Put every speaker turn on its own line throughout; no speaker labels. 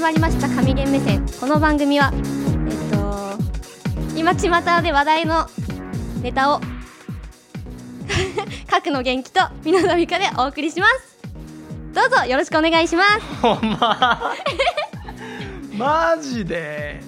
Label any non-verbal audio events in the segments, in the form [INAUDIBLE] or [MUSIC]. まりました神ゲン目線この番組はえっと今巷で話題のネタを [LAUGHS] 核の元気と皆の美香でお送りしますどうぞよろしくお願いします
ほんまマジで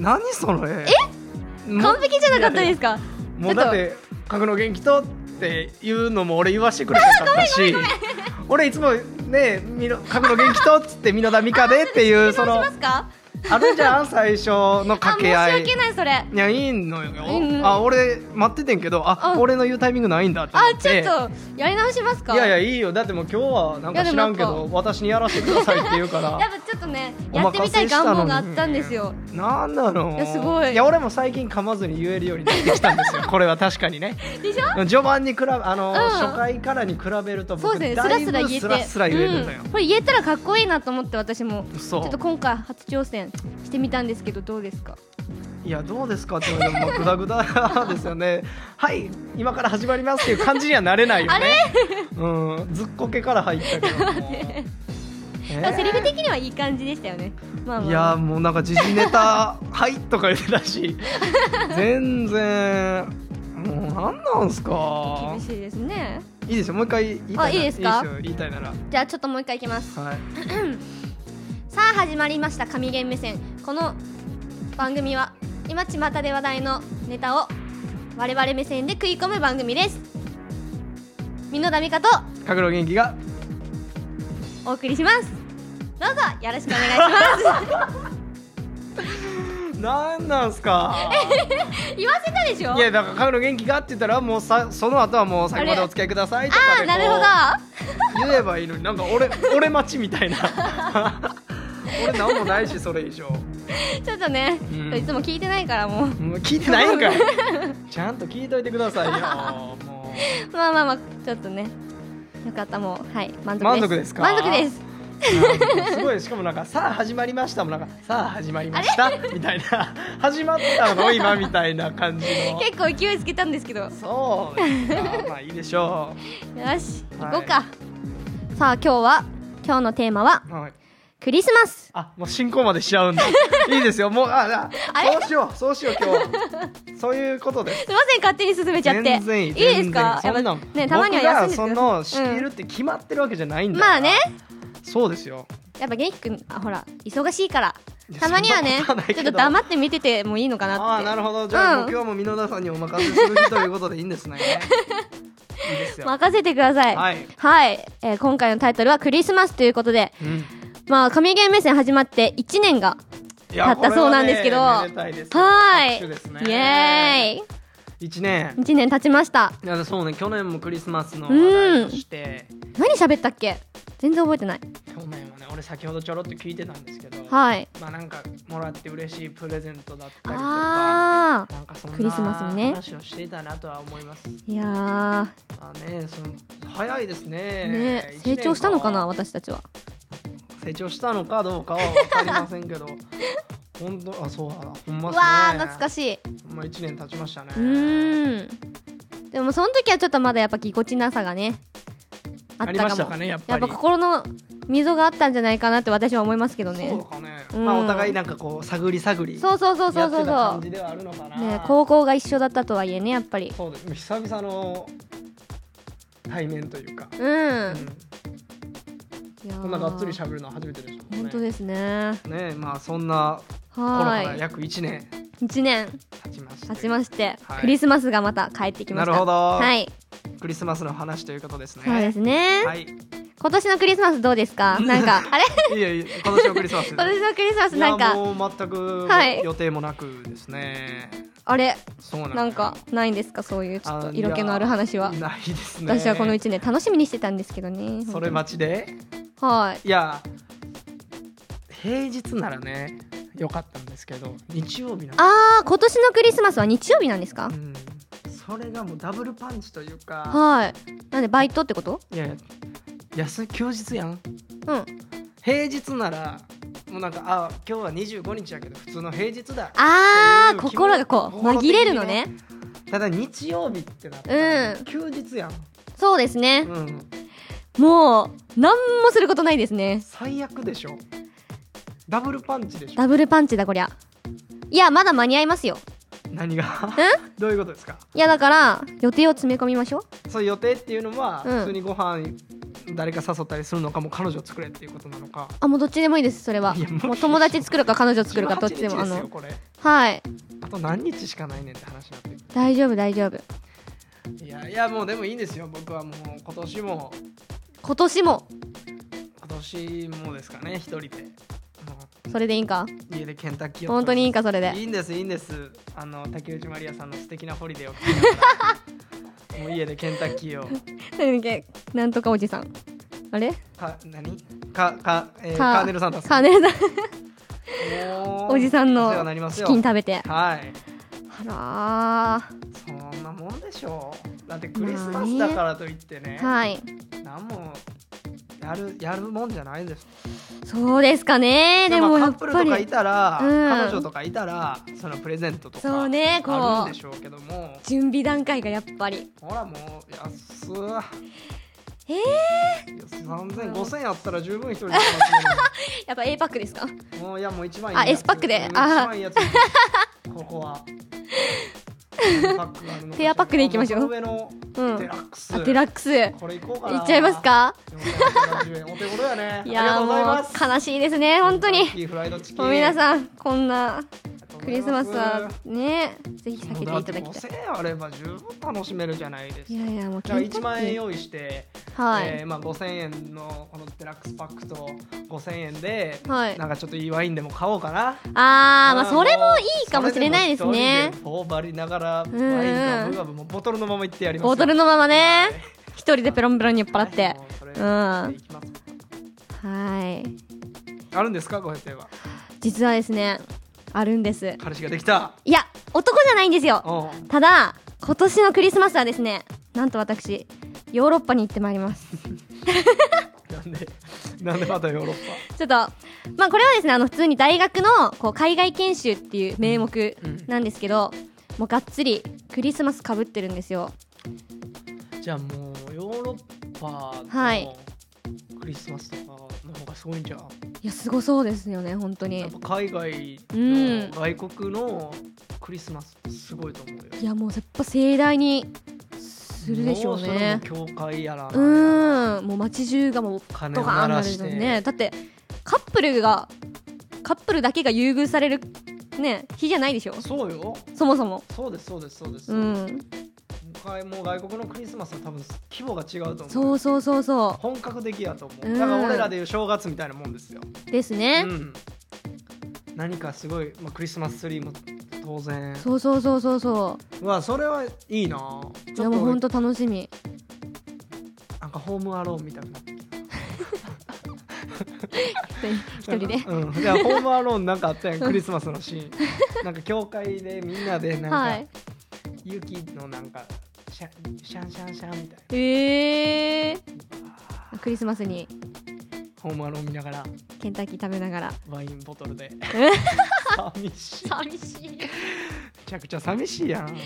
何それえ
完璧じゃなかったです
か
か
もうだって「格の元気と」っていうのも俺言わしてくれなかったし俺いつもね「みの格の元気と」っつって「美濃田美香で」って
[LAUGHS]
いうそ
どうし
の
ますか
あるじゃん最初の
あ
掛
申
け
し
合い
訳ないそれ
いやいいのよ、
うんうん
あ俺待っててんけどあ
うん
俺の言うタイミングないんだって
あ
思っ
ちょ
て
っとやり直しますか
いやいやいいよだってもう今日はなん
いや
か
でも
知らんけ
な
ど私にやらせてくださいって言うから
やっぱちょっとね
お
[LAUGHS] やってみ
任
た
せ
い
したの
願
に
望があったんで
[LAUGHS]
すよ
なんだろう
いやすごい
や俺も最近噛まずに言えるようになってきたんです
[LAUGHS]
よこれは確かにね
でしょ
序盤に比べあの、
うん
初回からに比べると
そ
僕
うですねス
だ
ラ
い
スラ
ぶ
言えて
スラスラ言えるのよ
うん、これ言えたらかっこいいなと思って私もち
そう
ょっと今回初挑戦してみたんですけどどうですか
いやどうですかって言われてももうグダグダですよね [LAUGHS] はい今から始まりますっていう感じにはなれ
[LAUGHS]
ないよねうんずっこけから入ったけども、え
セリフ的にはいい感じでしたよねまあまあ
いやもうなんか時事ネタ [LAUGHS] 「はい」とか言ってたし全然もう何なんすか
厳しいですね
いいですよもう一回言いたいな
あいいですか
いよ言いたいならは
じゃあちょっともう一回いきます
い
さあ始まりました神ゲン目線この番組は今巷で話題のネタを我々目線で食い込む番組です美濃田美香と
かぐろ元気が
お送りしますどうぞよろしくお願い
[LAUGHS]
しま
何なんす
[LAUGHS]
か
す言わせたでしょ
いやだからかぐろ元気がって言ったらもうさその後はもう最後までお付き合いくださいとか
あ
で
あ
こう
なるほど
言えばいいのになんか俺俺待ちみたいな俺何もないしそれ以上も
ちょっとね、
うん
いつも聞いてないからもう
う聞いてないん
[LAUGHS]
かいちゃんと聞いといてくださいよもう
まあまあまあちょっとねよかったもうはい満足です
満足ですか
満足です
なんかすごいしかもなんか「さあ始まりました」もなんか「さあ始まりました」みたいな「始まったの今」みたいな感じの
[LAUGHS] 結構勢いつけたんですけどよ
そうですかまあいいでしょ
し
は
行
い
こうか、さあ今日は今日のテーマは
う、はい、
クリスマス
あもう進行までしちゃ
[LAUGHS]
うんだいいですよもうあ
あ
あ
れ
そうしようそうしよう今
[LAUGHS]
日そういうことです
すいません勝手に進めちゃって
全然いい
いですか
全然いいそんな
やっ
ん
ぱねたまには休んで
僕がその仕切るって決まってるわけじゃないんだから
まあね
そうですよ
やっぱ元気くんあほら忙しいから
いや
たまにはね
そんなことはないけ
ちょ
ど
っと黙って見ててもいいのかなって
ああなるほどじゃあ、
うん
もう今日も箕田さんにお任せする日ということでいいん
[LAUGHS]
ですねいいですよ、
任せてください
はい、
はいえー今回のタイトルは「クリスマス」ということで
うん
まあ神ゲーム目線始まって1年が
い
だったそうなんですけど
これはねめでたいですよ
は
拍手ですね
いイエーイ
一年
1年経ちました
いやそうね去年もクリスマスの話題として、
何喋ったっけ全然覚えてない
去年はね俺先ほどちょろっと聞いてたんですけど、
はい
まあなんかもらって嬉しいプレゼントだったりとか
あ
なんかそんな
クリスマスにね
話をしていたなとは思います
ーいや
あねその早いです
ー
ね
ね
一
成
年
長したのかな私たちは
成長したのかどうかは分かりませんけ
[LAUGHS]
ど本当あそうだなほんま
う
っ
わ
すね
ー懐か
し
しい
いまあ一年経ちましたね
うーんでもその時はちょっとまだやっぱぎこちなさがねあ
あ
った
り
か
ま
も
したかねやっぱ
やっ
り
ぱ心の溝があったんじゃないかなって私は思いますけど
そう
ね
かね、
うん
まあお互いなんかこう探り探り
そうそうそうそう
や
そ
っ
う
てた
そ
感じではあるのかな、
うね高校が一緒だったとはいえねやっぱり
そうです久々の対面というか、
うん、いやー
こんながっつりしゃべるのは初めてでしたもんね
本当ですね
ねまあそんな頃か
は
ら約1年
い1年
経ちました
経ちまして、
はい
クリスマスがまた帰ってきました
なるほど
はい
クリスマスの話ということですね
そうですね、
はいい
今年のクリスマスどうです
[LAUGHS]
かなんかあれ
えいえ今年のクリスマス
[LAUGHS] 今年のクリスマス
い
な
や
んか
もう全く
はい
予定もなくですね、
あれ
そうなんだ
なんかないんですかそういうちょっと
あ
色気のある話はい
やないですね
私はこの1年楽しみにしてたんですけどね
それ待ちで
はい
いや平日ならね良かったんですけど日曜日なんで
ああ今年のクリスマスは日曜日なんですか
うん、それがもうダブルパンチというか
はいなんでバイトってこと
いやいや休み休日やん
うんあ
平日ならもうなんかあ今日は25日やけど普通の平日だ
あー
っていう気分
心がこう
心的
紛
にね
れるのね
ただ日曜日ってなった
う
ら
ん
休日やん、
そうですね
うん、
もう何もすることないですね
最悪でしょダブルパンチでしょ
ダブルパンチだこりゃいやまだ間に合いますよ
何がどういうことですか
いやだから予定を詰め込みましょう
そういう予定っていうのは、
うん
普通にご飯誰か誘ったりするのかもう彼女作れっていうことなのか
あもうどっちでもいいですそれはい
や無理
もう友達作るか彼女作るかどっちで
18
も
日
あ
ですよ
の
これ
はい
あと何日しかないねんって話になってく
大丈夫大丈夫
るいやいやもうでもいいんですよ僕はもう今年も
今年も
今年もですかね一人でも
それでいいんか
う家でケンタッキーを
本当にいいんかそれで
いいんですいいんですあの竹内まりやさんの素敵なホリデーを聞きながらもう家でケンタッキーを
何だっけなんとかおじさんあれ
か何かか、えー、
か
カーネルサンタ
カー
ネ
ネルさんお
お
じさんの
世話になります
チ
よ
キン食べて
はい
あ
そんなもんでしょうだってクリスマスだからといってね
らーはい
何もやるやるもんじゃないです
そうですかねでも
ま
や
あ
っ
カップルと
ぱ
かい
り
たら、
うん
彼女とかいたらそのプレゼントとか
そうねこう
あるんでしょうけども
準備段階がやっぱり
ほらもう安
え
い30005000やったら十分一人で楽し
やっぱ A パックですか [LAUGHS]
めるもういやもう一番いい
あ
やつ
S パック
う
で
ん一
あ
番いい
[LAUGHS]
やつここは
ペアパックで行きましょう
う上の
うん
デラックス、
あデラックスい
これ行こうかな
っちゃいますか
470円お手頃やね
い
ありが
や
と
ー
うござい
も
ます
う悲しいですね本当に
いいフライドチキン
もう皆
あ
さんこんな
りがとうご
ク
ざい
リ
ます
スマスはねぜひ避けていただきたい
5000円あれば十分楽しめるじゃないです
い
か
やいやもう
じゃあ
ケンタッキー
1万円用意して、
はい、
えーまあ、5000円のこのデラックスパックと5000円で、
はい
なんかちょっといいワインでも買おうかな
あーまあ
うん
それもいいかもしれないです
それ
ね
でも一人で頬張りながらワイン
んうん
ガブガブもうボトルのままいってやりますよ
ボトルのままね
はい
一人でペロンペロンに酔っ払って
はいもうそれ
うん
いきます
はい
あるんですかご予定は
実はですねあるんです
彼氏ができた
いや男じゃないんですよ
おう
ただ今年のクリスマスはですねなんと私ヨーロッパに行ってまいります
なんでなんでまたヨーロッ
ちょっと、まあ、これはですね、あの、普通に大学の、こう、海外研修っていう名目
[LAUGHS] うん
なんですけど、もうがっつりクリスマスかぶってるんですよ。
パじゃあもうヨーロッパ
はい
のクリスマスとかの方がすごいんじゃん、
いや、すごそうですよね、本当に
やっ。ぱ海外
うん
の外国のクリスマスってすごいと思うよ
いや、もう、やっぱ盛大にするでしょうね。
もうそれも教会やら
うーん、もう街中がもう、
金
ド
を
カー
鳴
ンな
ら
る
し
じ
て
ゃんね。だって、カップルが、カップルだけが優遇される、ね、日じゃないでしょ
そうよ
そもそも。
そうですそうですそうです、
うん。
他もう外国のクリスマスは多分規模が違うと思う
そうそうそうそ
本格的やと思う、
うん
だから俺らでいう正月みたいなもんですよ、
う。です
う
ね。
ん、何かすごい、まあ、クリスマスツリーも当然
そうそうそうそうそう。
うわそれはいいなちょっ
い
と
やもう
俺
本当楽しみ
なんかホームアローンみたいな
一人で
うん、いやホームアローンなんかあったやんクリスマスのシーンなんか教会でみんなでなんか、
はい
雪のなんかシャシャンシャンシャンみたい
ええ
な
ー、クリスマスに
ホームアローン見ながら
ケンタッキー食べながら
ワインボトルで寂しいめ
寂し
ちゃくちゃ寂しいやん
い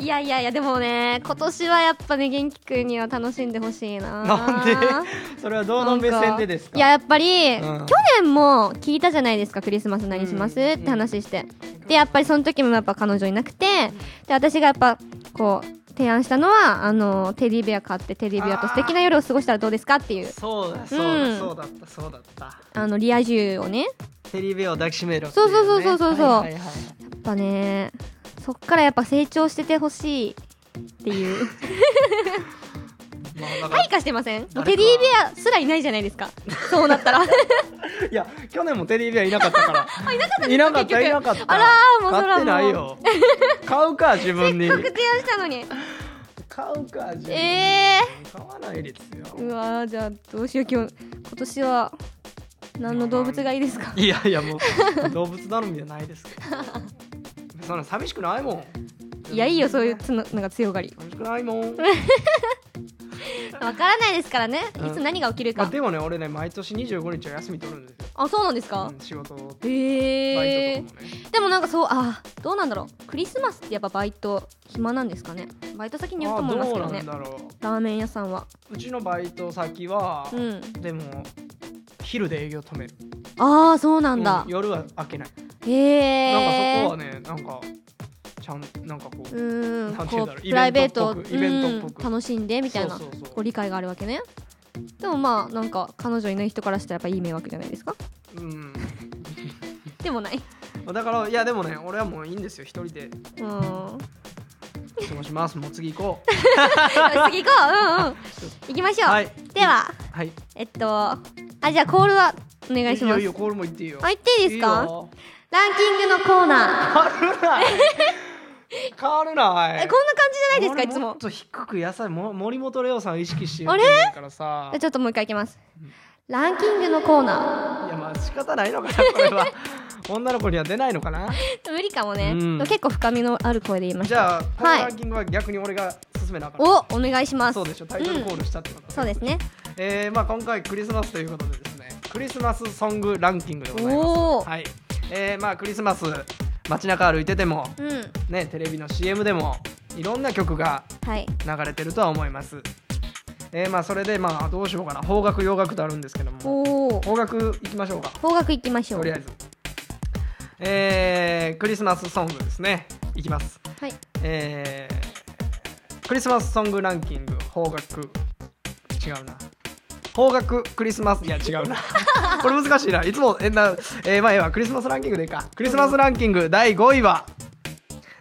いやいやいやでもね今年はやっぱね元気くんには楽しんでほしいな
なんでそれはどの目線でですか
いややっぱり、
うん
去年も聞いたじゃないですかクリスマス何します、
うん
って話してでやっぱりその時もやっぱ彼女いなくてで私がやっぱこう提案したのはあのテディベア買ってテディベアと素敵な夜を過ごしたらどうですかっていう
そうだそうだ、
うん
そうだったそうだった
あのリア充をね
テリーベアを抱きしめろ
そうそうそうそうそうそう
はいはいはい
やっぱねそっからやっぱ成長しててほしいっていう
まあだから
[LAUGHS] 退化してませんもう
誰
テ
か
ディベアすらいないじゃないですかそうなった [LAUGHS] ら
いや去年もテディベアいなかったからいなかったいなかった
結局
った
あらーもうそら
買ってないよ買うか自分に
確定をしたのに
買うか自分に、
え
買わないですよ
うわーじゃあどうしよう今日今年は何の動物がいいですか
いやいやも
[LAUGHS]
う動物頼みじゃないですけどそんな寂しくないもん
いやいいよそういうつのなんか強がり
寂しくないも
[LAUGHS]
ん
わからないですからねい
うん
つ何が起きる
まあ、
か
でもね俺ね毎年25日は休み取るんですよ、
あそうなんです
う
か
ん、仕事バイトとかも
へえ
ね、
でもなんかそうあーどうなんだろうクリスマスってやっぱバイト暇なんですかねバイト先による
あ
と思います
ど
け
う
ど
な
ね
んだろ
ラーメン屋さんは
ううちのバイト先は
う、ん
でも昼で営業止める
ああそうなんだ
う、夜は開けない、
へえ
なんかそこはねなんかちゃんなんかこう、
うん
なんて
こ
言う
うん
だろう
プライベートを
イベントっぽくイベントっぽく
うん楽しんでみたいな
そうそう
こう理解があるわけねでもまあなんか彼女いない人からしたらやっぱいい迷惑じゃないですか
そううん
でもない
だからいやでもね俺はもういいんですよ一人で
うん
過ごしますもう次行こ
次行こううんうん行きまし
う
ょう、
はい
では
はい
えっとあじゃあコールはお願いしま
よ
す
いいよコールも行っていいよ
あ行っていいですか
よ [LAUGHS]
ランキングのコーナー
変わるな変わるな
えこんな感じじゃないですか
俺
いつ
も
も
っと低く野菜も森本レオさんを意識して
あれ
だからさ
じゃあちょっともう一回いきます
うん
ランキングのコーナ
いやまあ仕方ないのかなこれは女の子には出ないのかな
ー無理かもね、
うん
結構深みのある声で言いまし
じゃ
た
あこのランキングは逆に俺が進めなあかった、
おお願いします
そうでしょタイトルコールしたってこと、
そうですね
えーまあ、今回クリスマスということでですねクリスマスソングランキングでござい
お
ま
ー
す、はいえーまあ、クリスマス街中歩いてても、
うん
ね、テレビの CM でもいろんな曲が
はい
流れてるとは思います、えーまあ、それで、まあ、どうしようかな邦楽洋楽とあるんですけども
おお
邦楽いきましょうか
方角行きましょう
とりあえず、えークリスマスソングですねいきます
はい
えークリスマスソングランキング邦楽違うな邦楽クリスマスいや違
[LAUGHS]
うなこれ難しいないつもえな、えーまあええわクリスマスランキングでいいかクリスマスランキング第5位は「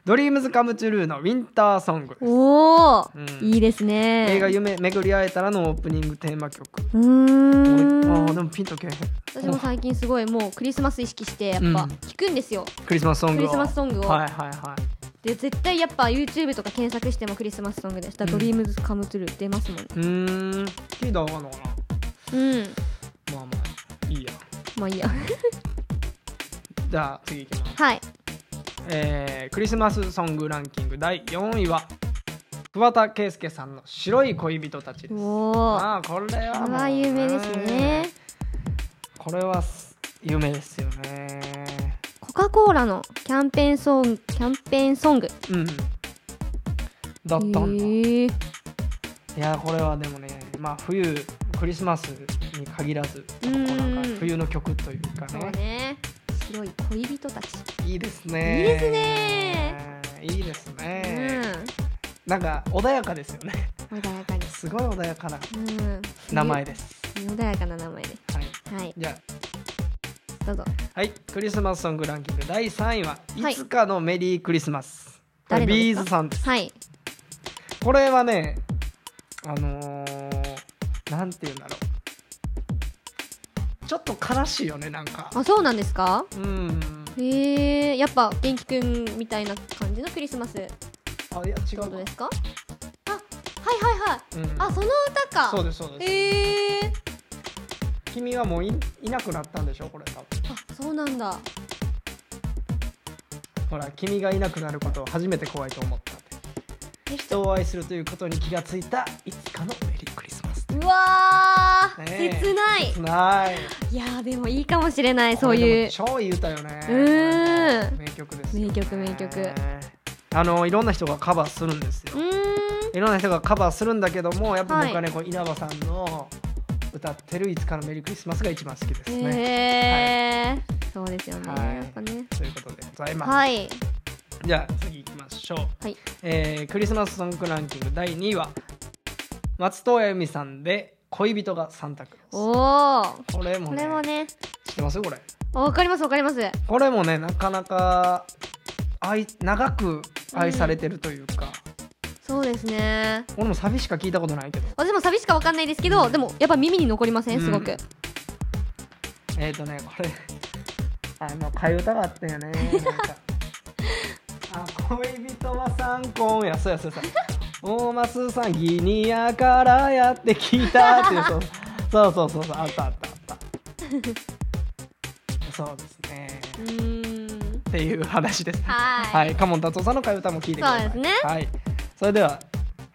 ドリームズカムチュルーのウィンターソングです
おお、
うん
いいですね
映画「夢巡り会えたら」のオープニングテーマ曲
う
あ
ー
ーで
ん
もピンとけえへん
私も最近すごいもうクリスマス意識してやっぱ
うん
聞くんですよ、
クリスマスソングを
クリスマスソングを
はいはいはい
で絶対やっぱ YouTube とか検索してもクリスマスソングでしたら「
う
ド
ん
リームズカムトゥルー出ますもん
うーん聞いたらわかんのか
うん
なまあまあいいや
まあいいや
じゃあ次いきます [LAUGHS]
はい
えークリスマスソングランキング第4位は桑田佳祐さんの「白い恋人たち」です。
おお
ああこれは
こ
もう
れは有名ですね
これはす有名ですよね。
コカ・コーラのキャンペーンソングキャンペーンソング
うん。だったんだ。
へえ
いやこれはでもねまあ冬クリスマスに限らずこ
う
うんなんか冬の曲というか
そう
ね
ね白い恋人たち
いいですね。
いいですね
いいです
うん
ね。なんか穏やかですよね。
穏やかに
すごい穏やかな
うん
名前です。
穏やかな名前で
はい。
はい
じゃあ
どうぞ
はい、クリスマスソングランキング第3位は、
はい
い、つかのメリークリスマス。こ
誰
れビー
のですか
ズさんです。
はい
これはね、あのー、なんて言うんだろう。ちょっと悲しいよね、なんか。
あそうなんですか
うん。
へえやっぱ元気くんみたいな感じのクリスマスって
あ、いや、違う
こと
わ
ですかあはいはいはい
うん、
あその歌か
そうです、そうです。
へえ
君はもういいなくなったんでしょ、これ多分。
あそうなんだ
ほら、君がいなくなることを初めて怖いと思ったって。
え
人を愛するということに気がついた、いつかのメリークリスマス。
うわー、
ねえ
切ない
切ない。
いやーでもいいかもしれないそ
こ
う
れ
い
で
う
も超いい歌よね
うん
名曲ですよね
名曲名曲
あのいろんな人がカバーするんです
う
よ
ーん
いろんな人がカバーするんだけどもやっぱ
はい
僕はね、こう稲葉さんの歌ってる「いつかのメリークリスマス」が一番好きです
へ
ね、
え、そうですよね、
はい
やっぱね
ということでございます、
はい
じゃあ次行きましょう、
はい
えークリスマスソングランキング第2位は松任谷由実さんで「恋人がサンタクロース」
おお
これも
こ
ね
れもね
知ってますこれ
あわかりますわかります
これもねなかなか愛長く愛されてるというか、
そうですね
俺もサビしか聞いたことないけど
私も寂しかわかんないですけど、でもやっぱ耳に残りませんすご
う
く、
んえっ、ー、とねこれ [LAUGHS] あの替え歌があったよねなんかあ恋人は三婚やそうやそうやそうや大マスさんギニアからやってきたっていうそうそうそうそうそうあったあったあったそうですね
うーん
っていう話です
はー
は
い
い、カモン達夫さんの替え歌も聞いてください。
そうですね
はい、それでは、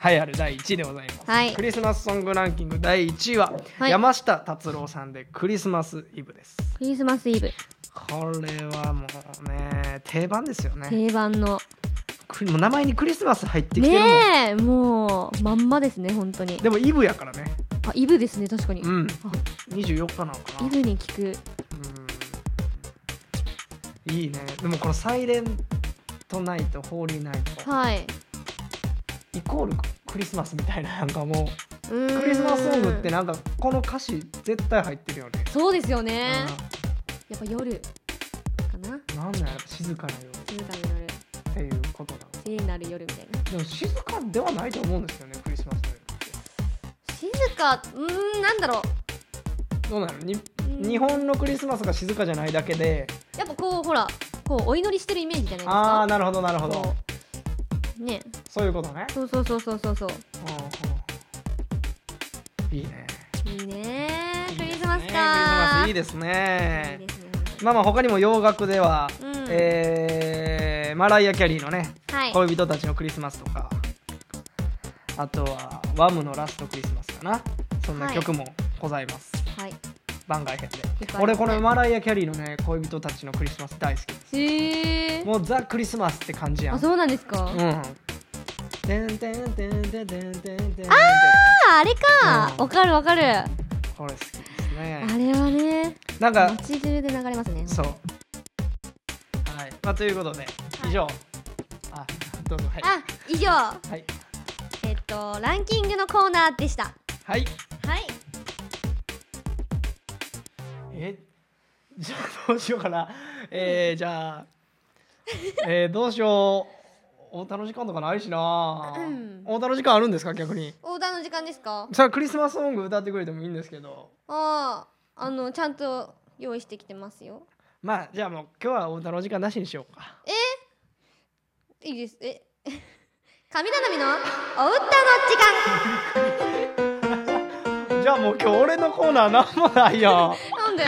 栄えある第1位でございます。
はい
クリスマスソングランキング第1位は、
はい
山下達郎さんでクリスマスイブです。
クリスマスイブ
これはもうね、定番ですよね。
定番の
くもう名前にクリスマス入ってきてるもん。
ねえもうまんまですね本当に
でもイブやからね。
ああイブですね確かに、
うん
あ
24日なのかな
イブに聞く
うんいいねでもこの「サイレントナイトホーリーナイト
はい」
イコールクリスマスみたいななんかも
うー
うんクリスマスソングってなんかこの歌詞絶対入ってるよね、
そうですよねやっぱ夜かな
うん、なんだよやっぱ静かな夜っ
静かな夜
ていうことだ
聖なる夜みたいな
でも静かではないと思うんですよねクリスマスの夜って
静かうーんなんだろ
どうなのに
う
日本のクリスマスが静かじゃないだけで
やっぱこうほらこうお祈りしてるイメージじゃないですか
ああなるほどなるほど
こうね
そういうことね、
そうそうそうそうそうそう
うんうんいいね
いいね
いい
クリ
ですね
スマ
ク
スか
リスマスいいですね
いいですね
まあまあ他にも洋楽では、
うん
えーマライア・キャリーのね、
はい
恋人たちのクリスマスとかあとはワムのラストクリスマスかなそんな
はい
曲もございます、
はい
番外編で
いっぱいありますね
俺このマライア・キャリーのね恋人たちのクリスマス大好きで
へえ
すもうザ・クリスマスって感じやん
あそうなんですか、
う
あ
んてんてんてんてんてんてんてん
ああれか
うん
わかるわかるあ
これ好きですね
れはね
なんか
街中で流れますね
そう。はい。まあ、ということで、以上。あ、どうぞ、はい。
あ以上
はい。
えっとランキングのコーナーでした
はい。
はい
え、じゃあどうしようかな。えー、じゃあ、えー、どうしよう。太田の時間とかないしな
うん。
太田の時間あるんですか、逆に。
オーダーの時間ですか
じゃあ、クリスマスソング歌ってくれてもいいんですけど。
あああのちゃんと用意してきてますよ
まあ、じゃあもう今日は太田の時間なしにしようか。
いいですえ [LAUGHS] 神頼みのお歌の時
じゃあもう今日俺のコーナーなんもないや
[LAUGHS]
ん。
間なんで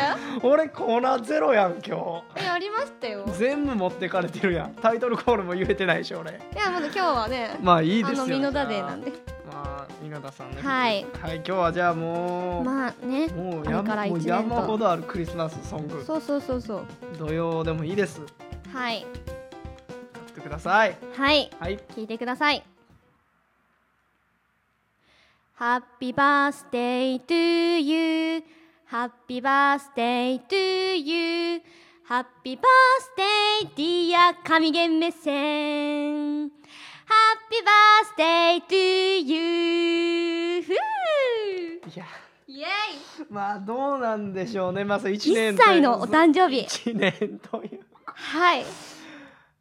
俺コーナーゼロやん、今
えありましたよ
日。全部持ってかれてるやん。タイトルコールも言えてないし、俺。
いやまだ今日はね
まあいいですよ
あの美濃田デーなんで
まあ稲田さんね。
はい
はい今日はじゃあもう、
まあね
もう
あれ
山
から
もう
一年と
山ほどあるクリスマスソング
そうそうそうそう
土曜でもいいです。買
はい
ってください。
はい
はい。
聞いてください。Happy birthday to you Happy birthday to you Happy birthday dear 神ゲン目線 Happy birthday to you ふ
い
う
や [LAUGHS]
イエイ
まあどうなんでしょうねまず、あ、一年
1歳のお誕
生
生日
一年という。
はい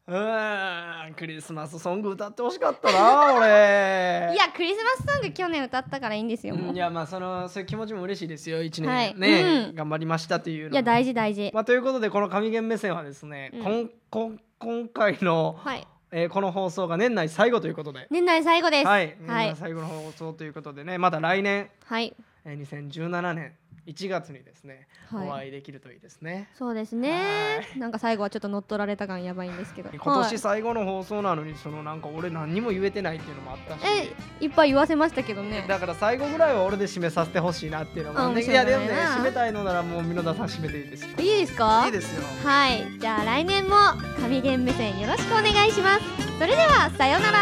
う
ーんクリスマスソング歌ってほしかったな [LAUGHS] 俺
いやクリスマスソング去年歌ったからいいんですよも
う
うん
いやまあそのそういう気持ちも嬉しいですよ一年、
はい
ね、
うん
頑張りましたというのも
いや大事大事
まあ、ということでこの神言目線はですね、
うん
こんこん今回の、
はい
えーこの放送が年内最後ということで、
年内最後です
はい、年内
はい
最後の放送ということでねまた来年、
はい
えー2017年1月にですね、お
はい、
会いできるといいですね。
そうですね
は。
なんか最後はちょっと乗っ取られた感やばいんですけど。
今年
は
最後の放送なのにそのなんか俺何にも言えてないっていうのもあったし
い、え、いっぱい言わせましたけどね。
だから最後ぐらいは俺で締めさせてほしいなっていうのもあって
あ
い
面白い
や
ね
でもね締めたいのならもう美濃田さん締めていいですよ
いいですか。
いいですよ
はい、じゃあ来年も神ゲン目線よろしくお願いします。それではさようなら。